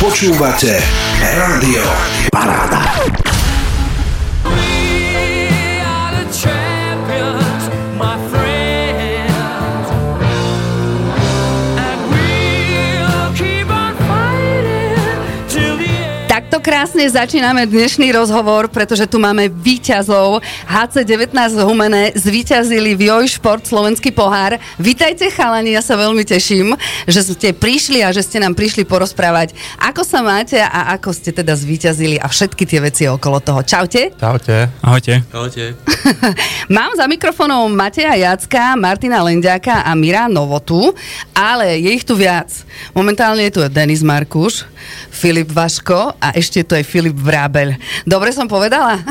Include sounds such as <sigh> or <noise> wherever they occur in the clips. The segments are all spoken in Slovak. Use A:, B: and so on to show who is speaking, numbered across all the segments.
A: Počúvate Rádio Paráda.
B: We are the champions, my friends, and we'll keep on fighting till the end.
C: Takto krásne začíname dnešný rozhovor, pretože tu máme výťazov. HC19 Humené zvíťazili v Joj Šport Slovenský pohár. Vítajte chalani, ja sa veľmi teším, že ste prišli a že ste nám prišli porozprávať, ako sa máte a ako ste teda zvíťazili a všetky tie veci okolo toho. Čaute.
D: Čaute.
E: Ahojte.
D: Čaute.
C: <laughs> Mám za mikrofónom Mateja Jacka, Martina Lenďáka a Mira Novotu, ale je ich tu viac. Momentálne je tu Denis Markuš, Filip Vaško a ešte tu je Filip Vrábel. Dobre som povedala? <laughs>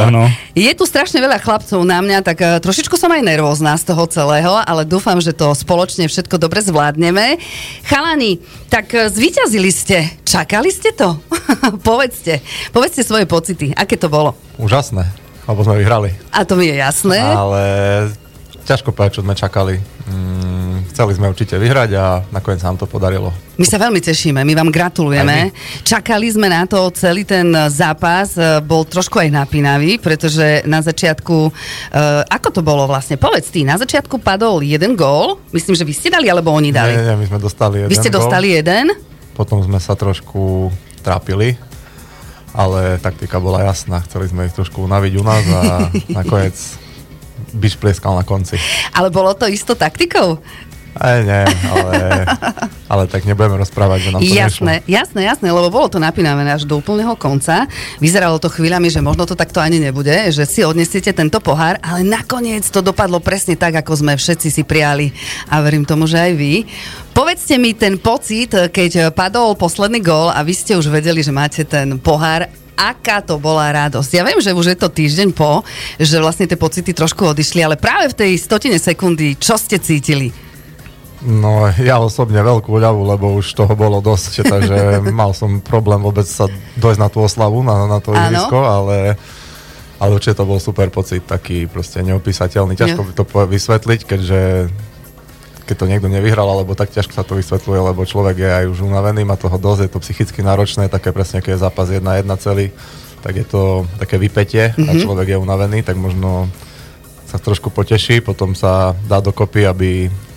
E: Áno.
C: je tu strašne veľa chlapcov na mňa, tak eh, trošičku som aj nervózna z toho celého, ale dúfam, že to spoločne všetko dobre zvládneme. Chalani, tak eh, zvíťazili ste. Čakali ste to? <laughs> povedzte. Povedzte svoje pocity. Aké to bolo?
D: Úžasné, lebo sme vyhrali.
C: A to mi je jasné.
D: Ale ťažko povedať, čo sme čakali. Mm, chceli sme určite vyhrať a nakoniec nám to podarilo.
C: My sa veľmi tešíme, my vám gratulujeme.
D: Aj
C: Čakali sme na to celý ten zápas, e, bol trošku aj napínavý, pretože na začiatku, e, ako to bolo vlastne, povedz ty, na začiatku padol jeden gól, myslím, že vy ste dali, alebo oni
D: Nie,
C: dali.
D: nie, my sme dostali jeden
C: Vy ste
D: gól,
C: dostali jeden,
D: Potom sme sa trošku trápili, ale taktika bola jasná. Chceli sme ich trošku unaviť u nás
C: <laughs>
D: a nakoniec byš plieskal na konci.
C: ale bolo to isto taktikou?
D: Aj nie,
C: <laughs>
D: ale, ale tak nebudeme rozprávať, že nám to
C: Jasné,
D: nešlo.
C: jasné, jasné, lebo bolo to napínavé až do úplného konca. Vyzeralo to chvíľami, že možno to takto ani nebude, že si odnesiete tento pohár, ale nakoniec to dopadlo presne tak, ako sme všetci si prijali a verím tomu, že aj vy. Povedzte mi ten pocit, keď padol posledný gól a vy ste už vedeli, že máte ten pohár aká to bola radosť. Ja viem, že už je to týždeň po, že vlastne tie pocity trošku odišli, ale práve v tej stotine sekundy, čo ste cítili?
D: No ja osobne veľkú ľavu, lebo už toho bolo dosť, takže mal som problém vôbec sa dojsť na tú oslavu, na, na to
C: Áno.
D: ihrisko, ale, ale určite to bol super pocit, taký proste neopísateľný. Ťažko
C: Jo.
D: by to po- vysvetliť, keďže keď to niekto nevyhral, alebo tak ťažko sa to vysvetľuje, lebo človek je aj už unavený, má toho dosť, je to psychicky náročné, také presne, keď je zápas 1-1 celý, tak je to také vypetie mm-hmm. a človek je unavený, tak možno sa trošku poteší, potom sa dá dokopy, aby,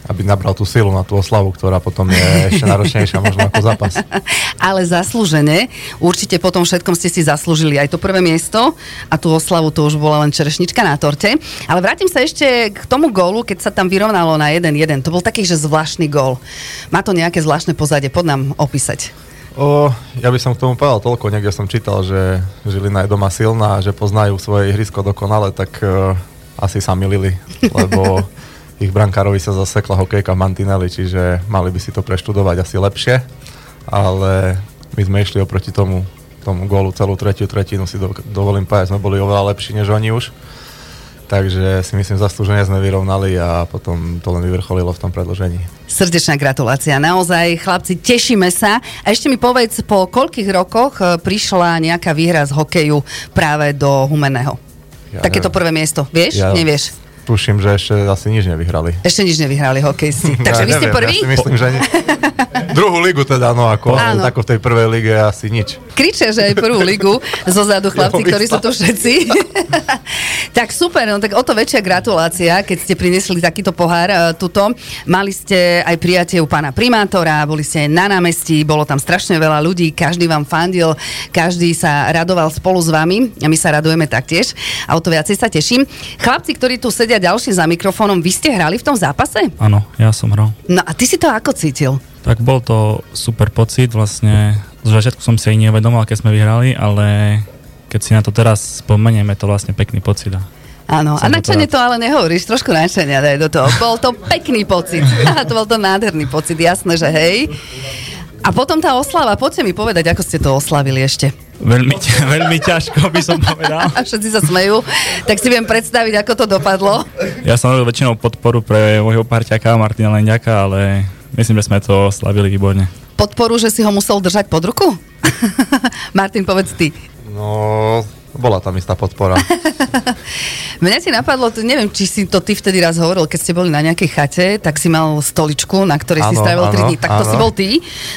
D: aby nabral tú silu na tú oslavu, ktorá potom je ešte náročnejšia možno ako zápas.
C: <laughs> ale zaslúžene. Určite po tom všetkom ste si zaslúžili aj to prvé miesto a tú oslavu to už bola len čerešnička na torte. Ale vrátim sa ešte k tomu gólu, keď sa tam vyrovnalo na 1-1. To bol taký, že zvláštny gól. Má to nejaké zvláštne pozadie, pod nám opísať.
D: O, ja by som k tomu povedal toľko, niekde som čítal, že Žilina je doma silná a že poznajú svoje ihrisko dokonale, tak uh, asi sa milili, lebo ich brankárovi sa zasekla hokejka v mantineli, čiže mali by si to preštudovať asi lepšie, ale my sme išli oproti tomu, tomu gólu celú tretiu tretinu, si do, dovolím povedať, sme boli oveľa lepší než oni už. Takže si myslím, zaslúžene sme vyrovnali a potom to len vyvrcholilo v tom predložení.
C: Srdečná gratulácia. Naozaj, chlapci, tešíme sa. A ešte mi povedz, po koľkých rokoch e, prišla nejaká výhra z hokeju práve do Humeného?
D: Ja
C: Takéto
D: neviem.
C: prvé miesto. Vieš? Nevieš?
D: Tuším, že ešte asi nič nevyhrali.
C: Ešte nič nevyhrali hokejisti. Takže vy ste
D: neviem,
C: prví?
D: <laughs> Ja si myslím, že ani... Druhú ligu teda, no ako,
C: Áno.
D: ako v tej prvej lige asi nič.
C: kričia, že aj prvú ligu zo zadu chlapci, ktorí sú tu všetci. <laughs> tak super, no tak o to väčšia gratulácia, keď ste priniesli takýto pohár e, tuto. Mali ste aj prijatie u pána primátora, boli ste aj na námestí, bolo tam strašne veľa ľudí, každý vám fandil, každý sa radoval spolu s vami a my sa radujeme taktiež a o to viacej sa teším. Chlapci, ktorí tu sedia ďalší za mikrofónom, vy ste hrali v tom zápase?
E: Áno, ja som hral.
C: No a ty si to ako cítil?
E: Tak bol to super pocit, vlastne z začiatku som si aj neuvedomal, keď sme vyhrali, ale keď si na to teraz spomenieme, to vlastne pekný pocit. a
C: Áno, a
E: Som
C: načene
E: rád.
C: to ale nehovoríš, trošku načenia daj do toho. Bol to pekný
D: <laughs>
C: pocit, to bol to nádherný pocit, jasné, že hej. A potom tá oslava, poďte mi povedať, ako ste to oslavili ešte.
E: Veľmi, ťa- <laughs> veľmi ťažko by som povedal.
C: A všetci sa smejú, tak si viem predstaviť, ako to dopadlo.
E: Ja som robil väčšinou podporu pre môjho parťaka Martina Lenďaka, ale myslím, že sme to slavili výborne.
C: Podporu, že si ho musel držať pod ruku? <laughs> Martin, povedz ty.
D: No, bola tam istá podpora.
C: Mňa ti napadlo, t- neviem, či si to ty vtedy raz hovoril, keď ste boli na nejakej chate, tak si mal stoličku, na ktorej si
D: Áno,
C: strávil
D: áno,
C: 3 dní. Tak to
D: áno.
C: si bol ty.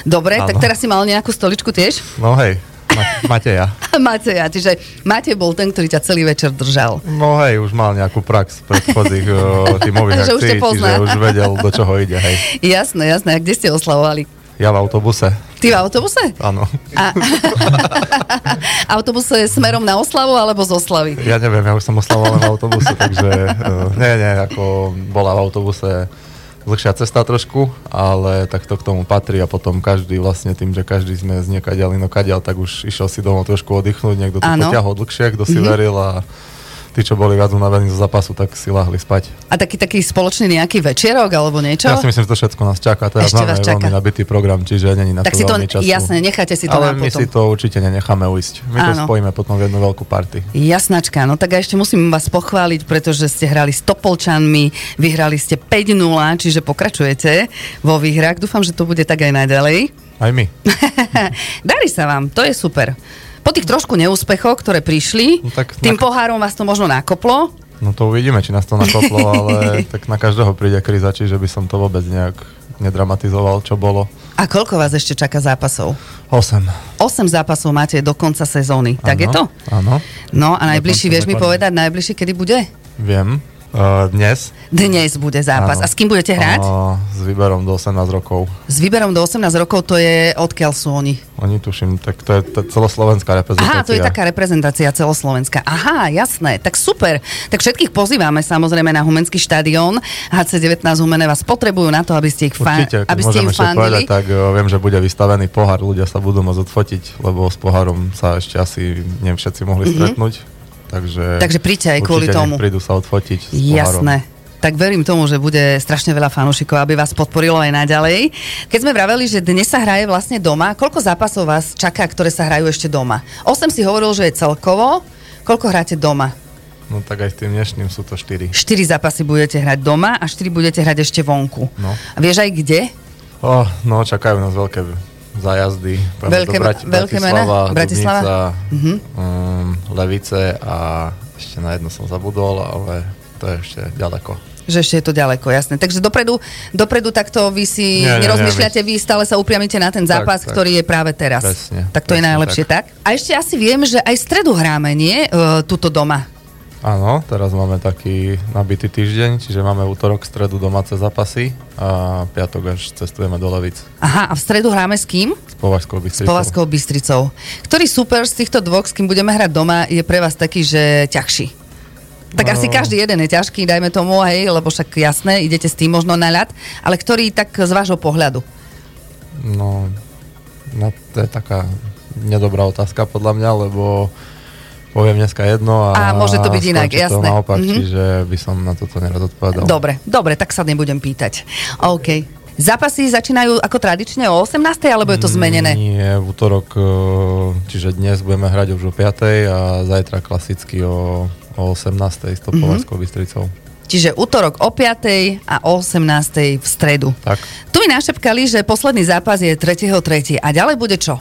C: Dobre, tak
D: Áno.
C: teraz si mal nejakú stoličku tiež?
D: No hej, Ma- Mateja.
C: <laughs> Mateja, čiže Matej bol ten, ktorý ťa celý večer držal.
D: No hej, už mal nejakú prax predchodných eh, tímových
C: <laughs> Že už
D: akcií,
C: ťa pozná.
D: čiže už vedel, do čoho ide, hej.
C: Jasné, jasné. A kde ste oslavovali?
D: Ja v autobuse,
C: Ty v autobuse?
D: áno.
C: A, autobus je smerom na oslavu alebo z oslavy?
D: Ja neviem, ja už som oslavoval len v autobuse, takže eh, nie, nie, ako bola v autobuse dlhšia cesta trošku, ale tak to k tomu patrí a potom každý vlastne tým, že každý sme z niekaďal inokaďal, tak už išiel si domov trošku oddychnúť, niekto to
C: Áno. Mhm.
D: potiahol dlhšie, kto si veril a tí, čo boli viac unavení zo zápasu, tak si lahli spať.
C: A taký, taký spoločný nejaký večerok alebo niečo?
D: Ja si myslím, že to všetko nás čaká. Teraz
C: Ešte
D: máme
C: vás čaká.
D: veľmi nabitý program, čiže není na
C: tak
D: to
C: si to,
D: veľmi času.
C: jasné, necháte si to
D: Ale
C: na
D: my
C: potom.
D: si to určite nenecháme ujsť. My to
C: Áno.
D: spojíme potom v jednu veľkú party.
C: Jasnačka, no tak a ešte musím vás pochváliť, pretože ste hrali s Topolčanmi, vyhrali ste 5-0, čiže pokračujete vo výhrách. Dúfam, že to bude tak aj naďalej.
D: Aj my.
C: <laughs> Darí sa vám, to je super. Po tých trošku neúspechoch, ktoré prišli, no
D: No
C: tak,
D: tak
C: tým
D: na-
C: pohárom vás to možno nakoplo.
D: No to uvidíme, či nás
C: <laughs>
D: to nakoplo, ale tak na každého príde kríza, čiže by som to vôbec nejak nedramatizoval, čo bolo.
C: A koľko vás ešte čaká zápasov?
D: 8.
C: 8 zápasov máte do konca sezóny, tak je to?
D: Áno,
C: No a najbližší,
E: konca
C: vieš mi
E: základne.
C: povedať, najbližší kedy bude?
D: viem. Uh, dnes.
C: Dnes bude zápas. A
D: Áno.
C: s kým budete hrať?
D: Áno, s výberom do 18 rokov.
C: S výberom do 18 rokov to je odkiaľ sú oni?
D: Oni tuším, tak to je t- celoslovenská reprezentácia.
C: Aha, to je taká reprezentácia celoslovenská. Aha, jasné, tak super. Tak všetkých pozývame samozrejme na Humenský štadión. HC19 Humene vás potrebujú na to, aby ste ich, fan,
D: Určite, keď
C: aby ste
D: môžem
C: im
D: ešte povedať,
C: fandili.
D: tak eh, viem, že bude vystavený pohár, ľudia sa budú môcť odfotiť, lebo s pohárom sa ešte asi neviem, všetci mohli stretnúť.
C: Mhm.
D: Takže,
C: Takže príďte aj kvôli
D: určite
C: tomu.
D: nech prídu sa odfotiť s pohárom.
C: Jasné. Tak verím tomu, že bude strašne veľa fanúšikov, aby vás podporilo aj naďalej. Keď sme vraveli, že dnes sa hraje vlastne doma, koľko zápasov vás čaká, ktoré sa hrajú ešte doma? 8 si hovoril, že je celkovo. Koľko hráte doma?
D: No tak aj s tým dnešným sú to štyri.
C: 4 zápasy budete hrať doma a 4 budete hrať ešte vonku.
D: No.
C: A vieš aj kde?
D: Oh, no, čakajú nás veľké zájazdy. Pôjdeme
C: Veľké-
D: do Brat-
C: veľké mená?
D: Bratislava,
C: Bratislava? Mhm.
D: Bratislava? Dubnica, um, Levice a ešte na jedno som zabudol, ale to je ešte ďaleko.
C: Že ešte je to ďaleko, jasné. Takže dopredu, dopredu takto vy si
D: Nie, nie,
C: nerozmýšľate, vy stále sa upriamite na ten
D: Tak,
C: zápas,
D: tak.
C: ktorý je práve teraz.
D: Presne,
C: tak to je
D: presne
C: najlepšie tak. tak. A ešte asi viem, že aj v stredu hráme, nie? E, tuto doma.
D: Áno, teraz máme taký nabitý týždeň, čiže máme útorok, stredu domáce zápasy a piatok až cestujeme do Levic
C: Aha, a v stredu hráme s kým?
D: s Považskou
C: S
D: Bystricou.
C: Povazkou Bystricou. Ktorý super z týchto dvoch, s kým budeme hrať doma, je pre vás taký, že ťažší? Tak
D: No.
C: asi každý jeden je ťažký, dajme tomu, hej, lebo však jasné, idete s tým možno na ľad, ale ktorý tak z vášho pohľadu?
D: No, no, to je taká nedobrá otázka podľa mňa, lebo poviem dneska jedno a,
C: A môže to byť inak,
D: skončí
C: jasné.
D: To naopak,
C: Mhm.
D: mm-hmm. čiže by som na toto nerad odpovedal.
C: Dobre, dobre, tak sa nebudem pýtať. OK. Zápasy začínajú ako tradične o 18. alebo je
D: Mm.
C: to zmenené?
D: Nie, v útorok, eh, čiže dnes budeme hrať už o 5. a zajtra klasicky o, o 18. s
C: Mhm.
D: tou Považskou Bystricou.
C: Čiže útorok o 5. a o 18. v stredu.
D: Tak.
C: Tu mi našepkali, že posledný zápas je 3.3. A ďalej bude čo?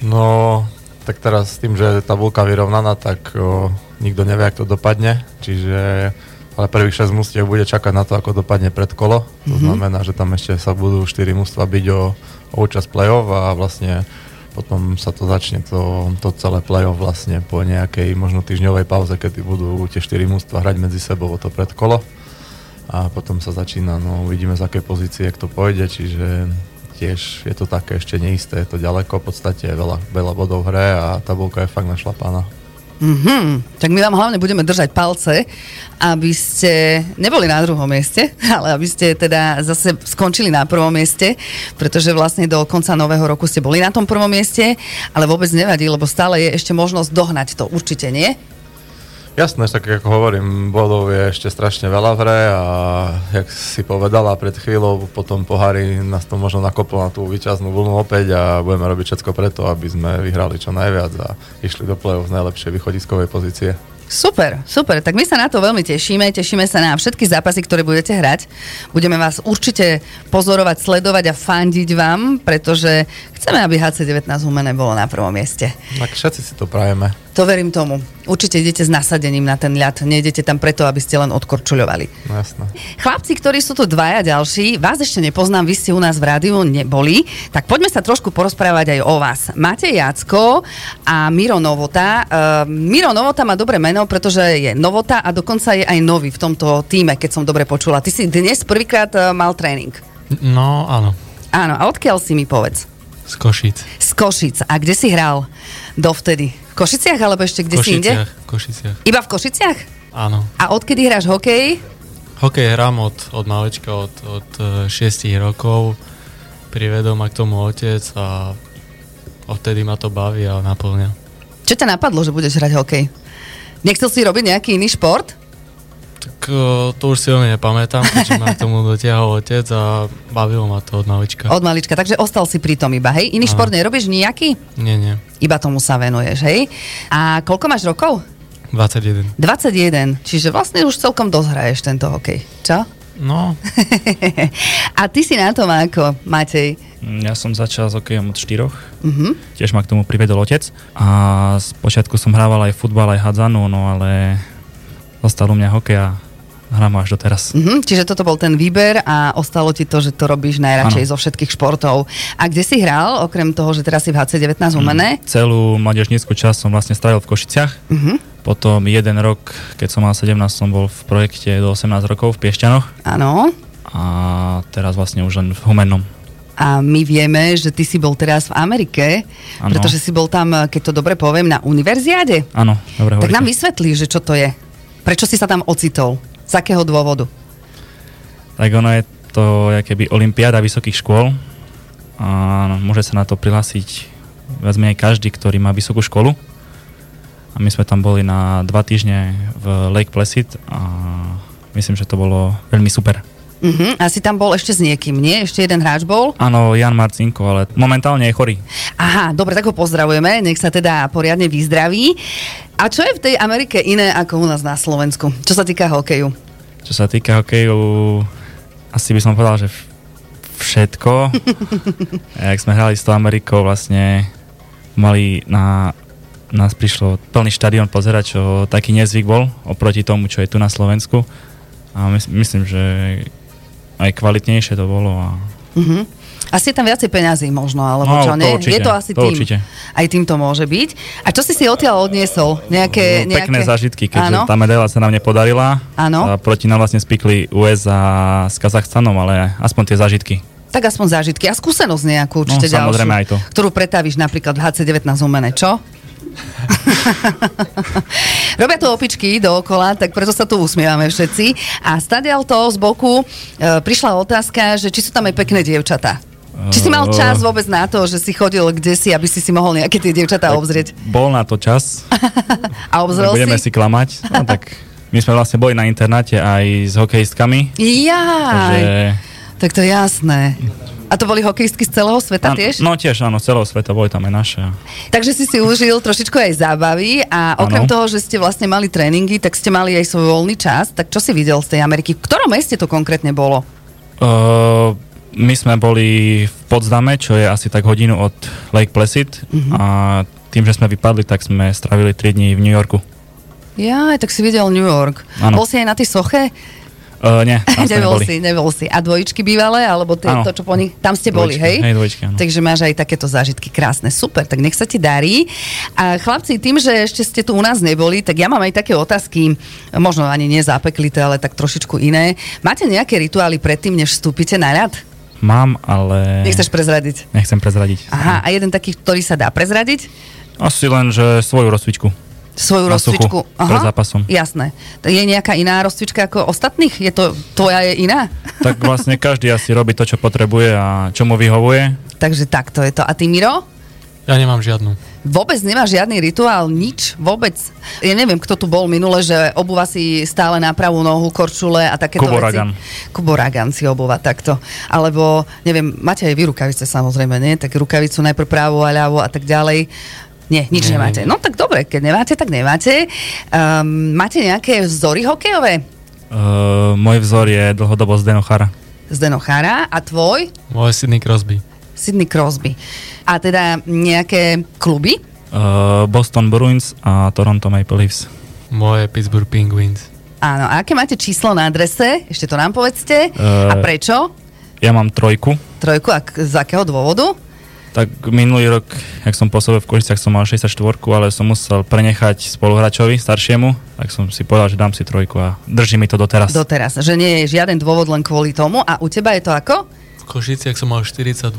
D: No, tak teraz s tým, že je tabulka vyrovnaná, tak o, nikto nevie, ako to dopadne. Čiže, ale prvých 6 mústiev bude čakať na to, ako dopadne predkolo. To znamená, že tam ešte sa budú 4 mústva byť o, o účasť play-off a vlastne potom sa to začne to, to celé play-off vlastne po nejakej možno týždňovej pauze, kedy budú tie 4 mústva hrať medzi sebou o to predkolo a potom sa začína, no uvidíme z akej pozície kto pôjde, čiže tiež je to také ešte neisté, je to ďaleko, v podstate je veľa, veľa bodov v hre a tabulka je fakt našlapaná.
C: Mhm, tak my vám hlavne budeme držať palce, aby ste neboli na druhom mieste, <laughs> ale aby ste teda zase skončili na prvom mieste, pretože vlastne do konca nového roku ste boli na tom prvom mieste, ale vôbec nevadí, lebo stále je ešte možnosť dohnať to, určite nie?
D: Jasné, tak ako hovorím, bodov je ešte strašne veľa v hre a jak si povedala pred chvíľou, potom pohári nás to možno nakoplo na tú výťaznú vlnu opäť a budeme robiť všetko preto, aby sme vyhrali čo najviac a išli do play-off z najlepšej východiskovej pozície.
C: Super, super. Tak my sa na to veľmi tešíme. Tešíme sa na všetky zápasy, ktoré budete hrať. Budeme vás určite pozorovať, sledovať a fandiť vám, pretože chceme, aby HC19 Humene bolo na prvom mieste.
D: Tak všetci si to prajeme.
C: To To verím tomu. Určite idete s nasadením na ten ľad. Nejdete tam preto, aby ste len odkorčuľovali.
D: No jasné.
C: Chlapci, ktorí sú tu dvaja ďalší, vás ešte nepoznám, vy ste u nás v rádiu neboli, tak poďme sa trošku porozprávať aj o vás. Máte Jacko a Miro Novota. Uh, Miro Novota má dobré meno, pretože je Novota a dokonca je aj nový v tomto týme, keď som dobre počula. Ty si dnes prvýkrát eh, mal tréning.
F: No áno,
C: Áno, a odkiaľ si mi povedz?
F: z Košic.
C: Z Košic. A kde si hral dovtedy? V Košiciach alebo ešte
F: V
C: kde si inde?
F: v Košiciach.
C: Iba v Košiciach?
F: Áno.
C: A odkedy hráš hokej?
F: Hokej hrám od, od malečka, od, od 6 rokov. Privedol ma k tomu otec a odtedy ma to baví a naplňa.
C: Čo ťa napadlo, že budeš hrať hokej? Nechcel si robiť nejaký iný šport?
F: Tak eh, to už si veľmi nepamätám, keďže ma k tomu dotiahol otec a bavilo ma to od
E: Hm.
F: malička.
C: Od malička, takže ostal si pri tom iba, hej? Iný
F: Áno.
C: šport nerobíš nejaký?
F: Nie, nie.
C: Iba tomu sa venuješ, hej? A koľko máš rokov?
F: 21.
C: 21, čiže vlastne už celkom dozhraješ tento hokej, čo?
F: No,
C: A ty si na tom ako, Matej?
E: Mm,
C: Mhm,
E: Ja som začal s hokejom od 4. Mm-hmm. Tiež ma k tomu privedol otec. A z počiatku som hrával aj futbal, aj hádzanú, no ale zostal u mňa hokej a hrám ho až doteraz.
C: Mhm, čiže toto bol ten výber a ostalo ti to, že to robíš najradšej
E: Áno.
C: zo všetkých športov. A kde si hral, okrem toho, že teraz si v HC19
E: Mhm.
C: umené?
E: Celú mládežnícku časť som vlastne strávil v Košiciach.
C: Mhm,
E: Mm-hmm. Potom jeden rok, keď som mal 17, som bol v projekte do 18 rokov v Piešťanoch
C: Áno.
E: a teraz vlastne už len v Humennom.
C: A my vieme, že ty si bol teraz v Amerike,
E: Áno.
C: pretože si bol tam, keď to dobre poviem, na univerziade.
E: Áno, dobre
C: Tak
E: hovoríte.
C: nám vysvetlí, že čo to je. Prečo si sa tam ocitol? Z akého dôvodu?
E: Tak ono je to je keby olimpiáda vysokých škôl a môže sa na to prihlásiť viac menej každý, ktorý má vysokú školu. A my sme tam boli na dva týždne v Lake Placid a myslím, že to bolo veľmi super.
C: Uh-huh. A si tam bol ešte s niekým, nie? Ešte jeden hráč bol?
E: Áno, Jan Marcinko, ale momentálne je chorý.
C: Aha, dobre, tak ho pozdravujeme, nech sa teda poriadne vyzdraví. A čo je v tej Amerike iné ako u nás na Slovensku, čo sa týka hokeju?
E: Čo sa týka hokeju, asi by som povedal, že v-
C: <laughs>
E: všetko. Jak sme hrali s tou Amerikou, vlastne mali na nás prišlo plný štadión pozerať, čo taký nezvyk bol oproti tomu, čo je tu na Slovensku. A mys- myslím, že aj kvalitnejšie to bolo. A...
C: Mhm. Asi je tam viacej peňazí možno, alebo
E: No,
C: čo,
E: to
C: nie?
E: určite,
C: je to asi
E: to
C: tým.
E: určite.
C: Aj tým to môže byť. A čo si si odtiaľ odniesol? Nejaké,
E: No, pekné
C: nejaké...
E: zážitky, keďže
C: Áno? No.
E: tá medaila sa nám nepodarila.
C: Áno.
E: A proti nám vlastne spikli USA s Kazachstanom, ale aspoň tie zážitky.
C: Tak aspoň zážitky a skúsenosť nejakú určite
E: No, samozrejme aj
C: ďalšiu,
E: to.
C: ktorú pretavíš napríklad v HC19 umene, čo?
E: <laughs>
C: Robia to opičky dookola, tak preto sa tu usmievame všetci. A stadial to z boku e, prišla otázka, že či sú tam aj pekné dievčatá. Či si mal
E: Eh.
C: čas vôbec na to, že si chodil kde si, aby si si mohol nejaké tie dievčatá obzrieť?
E: Bol na to čas,
C: A obzrel
E: budeme
C: si?
E: si, klamať. No tak my sme vlastne boli na internáte aj s hokejistkami.
C: Jaj,
E: Takže,
C: tak to je jasné. A to boli hokejistky z celého sveta
E: Áno,
C: tiež?
E: No tiež, áno, z celého sveta, boli tam aj naše.
C: Takže si si užil trošičku aj zábavy a okrem
E: Áno.
C: toho, že ste vlastne mali tréningy, tak ste mali aj svoj voľný čas. Tak čo si videl z tej Ameriky? V ktorom meste to konkrétne bolo?
E: Uh, my sme boli v Potsdame, čo je asi tak hodinu od Lake Placid
C: Mhm.
E: a tým, že sme vypadli, tak sme stravili 3 dní v New Yorku.
C: Ja, tak si videl New York.
E: Áno.
C: Bol si aj na tej soche?
E: Uh, nie,
C: <laughs>
E: tam sme
C: nebol
E: neboli.
C: si, nebol si. A dvojičky bývalé, alebo tie,
E: Áno.
C: to, čo po nich... Tam ste boli,
E: Dvojičky,
C: hej?
E: hej, dvojičky, áno.
C: Takže máš aj takéto zážitky krásne. Super, tak nech sa ti darí. A chlapci, tým, že ešte ste tu u nás neboli, tak ja mám aj také otázky, možno ani nie zapeklité, ale tak trošičku iné. Máte nejaké rituály predtým, než vstúpite na ľad?
E: Mám, ale...
C: Nechceš prezradiť?
E: Nechcem prezradiť.
C: Aha, a jeden taký, ktorý sa dá prezradiť?
E: Asi len, že svoju rozcvičku.
C: Svoju
E: Na suchu,
C: rozcvičku.
E: pred zápasom.
C: Jasné. To Je nejaká iná rozcvička ako ostatných? Je to, tvoja je iná?
E: Tak vlastne každý asi robí to, čo potrebuje a čo mu vyhovuje.
C: Takže takto je to. A ty, Miro?
F: ja nemám žiadnu.
C: Vôbec nemá žiadny rituál, nič, vôbec. Ja neviem, kto tu bol minule, že obúva si stále na pravú nohu, korčule a takéto
E: Kubo
C: veci.
E: Ragan.
C: Kubo Ragan si obúva takto. Alebo, neviem, máte aj vy rukavice samozrejme, nie? Tak rukavicu najprv právo a ľavo a tak ďalej. Nie, nič nemáte. No tak dobre, keď nemáte, tak nemáte. Um, máte nejaké vzory hokejové?
E: Uh, môj vzor je dlhodobo Zdeno eh, Chara.
C: Zdeno Chara a tvoj?
F: Môj Sydney Crosby.
C: Sydney Crosby. A teda nejaké kluby?
E: Uh, Boston Bruins a Toronto Maple Leafs.
F: Moje Pittsburgh Penguins.
C: Áno, a aké máte číslo na adrese? Ešte to nám povedzte.
E: Eh.
C: A prečo?
E: Ja mám trojku.
C: Trojku, ak, z akého dôvodu?
E: Tak minulý rok, jak som pôsobil v Košiciach, som mal 64, ale som musel prenechať spoluhráčovi, staršiemu, tak som si povedal, že dám si trojku a drží mi to doteraz. Do...
C: Doteraz, že nie je žiaden dôvod len kvôli tomu. A u teba je to ako?
F: V Košiciach som mal 42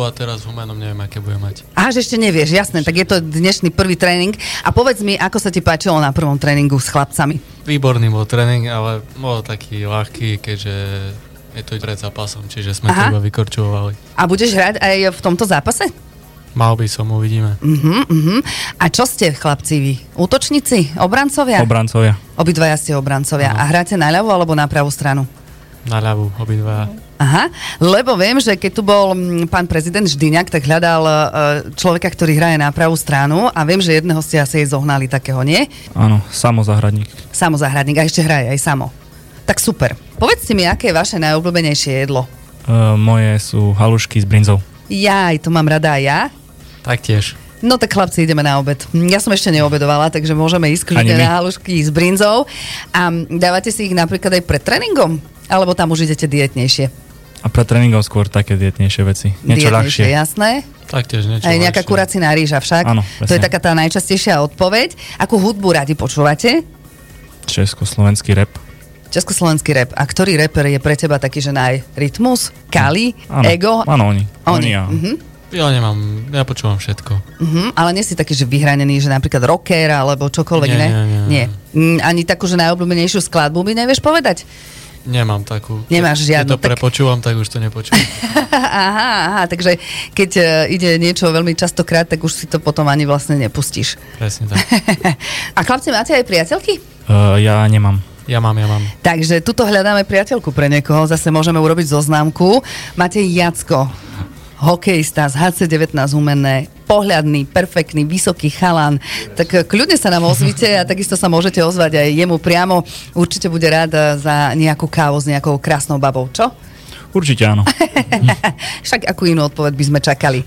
F: a teraz v Humenom neviem, aké bude mať.
C: Aha, že ešte nevieš, jasné, tak je to dnešný prvý tréning. A povedz mi, ako sa ti páčilo na prvom tréningu s chlapcami?
F: Výborný bol tréning, ale bol taký ľahký, keďže je to pred zápasom, čiže sme
C: Aha.
F: to iba vykorčovali.
C: A budeš hrať aj v tomto zápase?
F: Mal by som, uvidíme.
C: Mhm, mhm. A čo ste, chlapci, vy? Útočníci? Obrancovia?
E: Obrancovia.
C: Obidvaja ste obrancovia. A hráte na ľavú alebo na pravú stranu?
F: Na ľavú, obidva.
C: Aha, lebo viem, že keď tu bol mm, pán prezident Ždyňak, tak hľadal e, človeka, ktorý hraje na pravú stranu a viem, že jedného ste asi jej zohnali takého, nie?
E: Áno, samozahradník.
C: Samo záhradník a ešte hraje aj samo. Tak super. Povedzte mi, aké je vaše najobľúbenejšie jedlo?
E: Uh, moje sú halušky s brinzou.
C: Jaj, to mám rada aj ja.
F: Taktiež.
C: No tak chlapci, ideme na obed. Hm, Ja som ešte neobedovala, takže môžeme ísť kľudne
E: Ani my.
C: na halušky s brinzou. A mm, dávate si ich napríklad aj pred tréningom? Alebo tam už idete dietnejšie?
E: A pre tréningov skôr také dietnejšie veci. Niečo ľahšie. Ja...
C: jasné?
F: Taktiež niečo
C: Aj nejaká
F: ľahšie.
C: kuracina rýža však.
E: Áno,
C: to je
E: presne.
C: taká tá najčastejšia odpoveď. Akú hudbu radi počúvate?
E: Československý rap.
C: Československý rap. A ktorý reper je pre teba taký, že naj rytmus, kali,
E: Áno.
C: ego?
E: Áno, oni.
C: Oni.
E: a...
C: Mhm,
F: Ja nemám, ja počúvam všetko.
C: mhm. Ale nie si taký, že vyhranený, že napríklad rocker alebo čokoľvek
F: Nie,
C: iné?
F: nie, nie,
C: nie.
F: nie.
C: Mm, Ani takú, že najobľúbenejšiu skladbu mi nevieš povedať? <laughs>
F: Nemám takú.
C: Nemáš
F: Keď
C: žiadnu,
F: to
C: tak-
F: prepočúvam, tak už
C: <laughs>
F: to nepočúvam.
C: aha, aha, takže keď e, ide niečo veľmi častokrát, tak už si to potom ani vlastne nepustíš. <laughs>
F: Presne tak.
C: A chlapci, máte aj priateľky?
E: Uh, ja nemám.
F: Ja mám, ja mám.
C: Takže tuto hľadáme priateľku pre niekoho, zase môžeme urobiť zoznamku. Máte Jacko, hokejista z HC19 Humenné, pohľadný, perfektný, vysoký chalan. Tak kľudne sa nám ozvite a takisto sa môžete ozvať aj jemu priamo. Určite bude rád eh, za nejakú kávu s nejakou krásnou babou, čo? <laughs>
E: Určite áno.
C: Však akú inú odpoveď by sme čakali.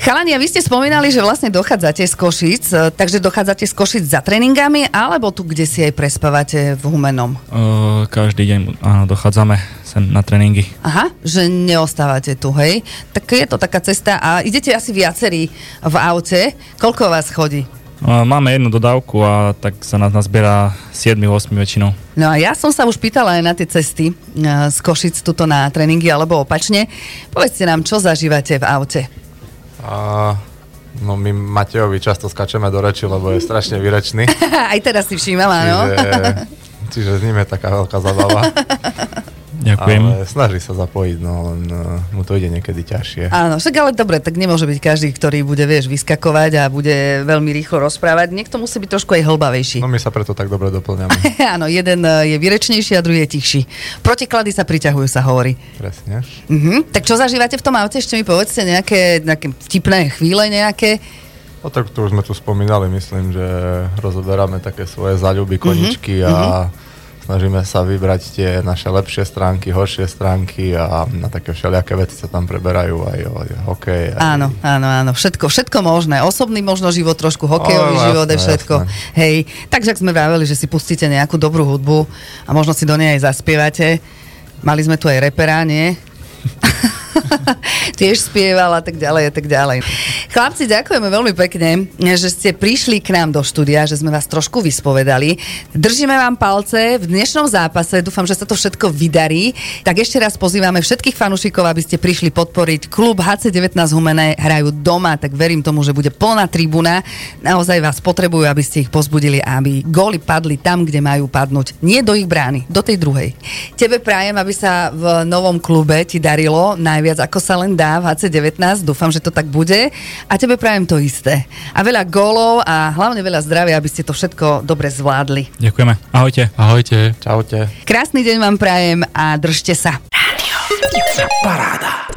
C: Chalani, a vy ste spomínali, že vlastne dochádzate z Košic, eh, takže dochádzate z Košic za tréningami, alebo tu, kde si aj prespávate v Humenom?
E: Uh, každý deň áno, dochádzame sem na tréningy.
C: Aha, že neostávate tu, hej? Tak je to taká cesta a idete asi viacerí v aute. Koľko vás chodí?
E: Uh, máme jednu dodávku a tak sa nás nazbiera 7-8 väčšinou.
C: No a ja som sa už pýtala aj na tie cesty e, z Košic tuto na tréningy alebo opačne. Povedzte nám, čo zažívate v aute. <laughs>
D: A, no my Matejovi často skačeme do reči, lebo je strašne vyrečný.
C: Aj teraz si všímala, no?
D: Čiže, čiže s ním je taká veľká zabava.
E: Ďakujem.
D: Ale snaží sa zapojiť, no len uh, mu to ide niekedy ťažšie.
C: Áno, však ale dobre, tak nemôže byť každý, ktorý bude, vieš, vyskakovať a bude veľmi rýchlo rozprávať. Niekto musí byť trošku aj hlbavejší.
D: No my sa preto tak dobre doplňame.
C: <laughs> Áno, jeden e, je vyrečnejší a druhý je tichší. Protiklady sa priťahujú, sa hovorí.
D: Presne.
C: Mhm. Tak čo zažívate v tom aute? Ešte mi povedzte nejaké, nejaké vtipné chvíle nejaké.
D: No tak tu už sme tu spomínali, myslím, že rozoberáme také svoje záľuby, koničky a snažíme sa vybrať tie naše lepšie stránky, horšie stránky a na také všelijaké veci sa tam preberajú aj o aj hokej. Aj...
C: Áno, áno, áno. Všetko, všetko možné. Osobný možno život, trošku hokejový
D: Áno,
C: život a
D: jasné,
C: všetko. Hej. Takže ak sme vraveli, že si pustíte nejakú dobrú hudbu a možno si do nej aj zaspievate. Mali sme tu aj repera, nie? <laughs> tiež spieval a tak ďalej a tak ďalej. Chlapci, ďakujeme veľmi pekne, že ste prišli k nám do štúdia, že sme vás trošku vyspovedali. Držíme vám palce v dnešnom zápase, dúfam, že sa to všetko vydarí. Tak ešte raz pozývame všetkých fanúšikov, aby ste prišli podporiť klub HC19 Humené, hrajú doma, tak verím tomu, že bude plná tribuna. Naozaj vás potrebujú, aby ste ich pozbudili a aby góly padli tam, kde majú padnúť. Nie do ich brány, do tej druhej. Tebe prajem, aby sa v novom klube ti darilo najviac, ako sa len dá v HC19. Dúfam, že to tak bude. A tebe prajem to isté. A veľa gólov a hlavne veľa zdravia, aby ste to všetko dobre zvládli.
E: Ďakujeme. Ahojte.
F: Ahojte.
D: Čaute.
C: Krásny deň vám prajem a držte sa.
A: Paráda.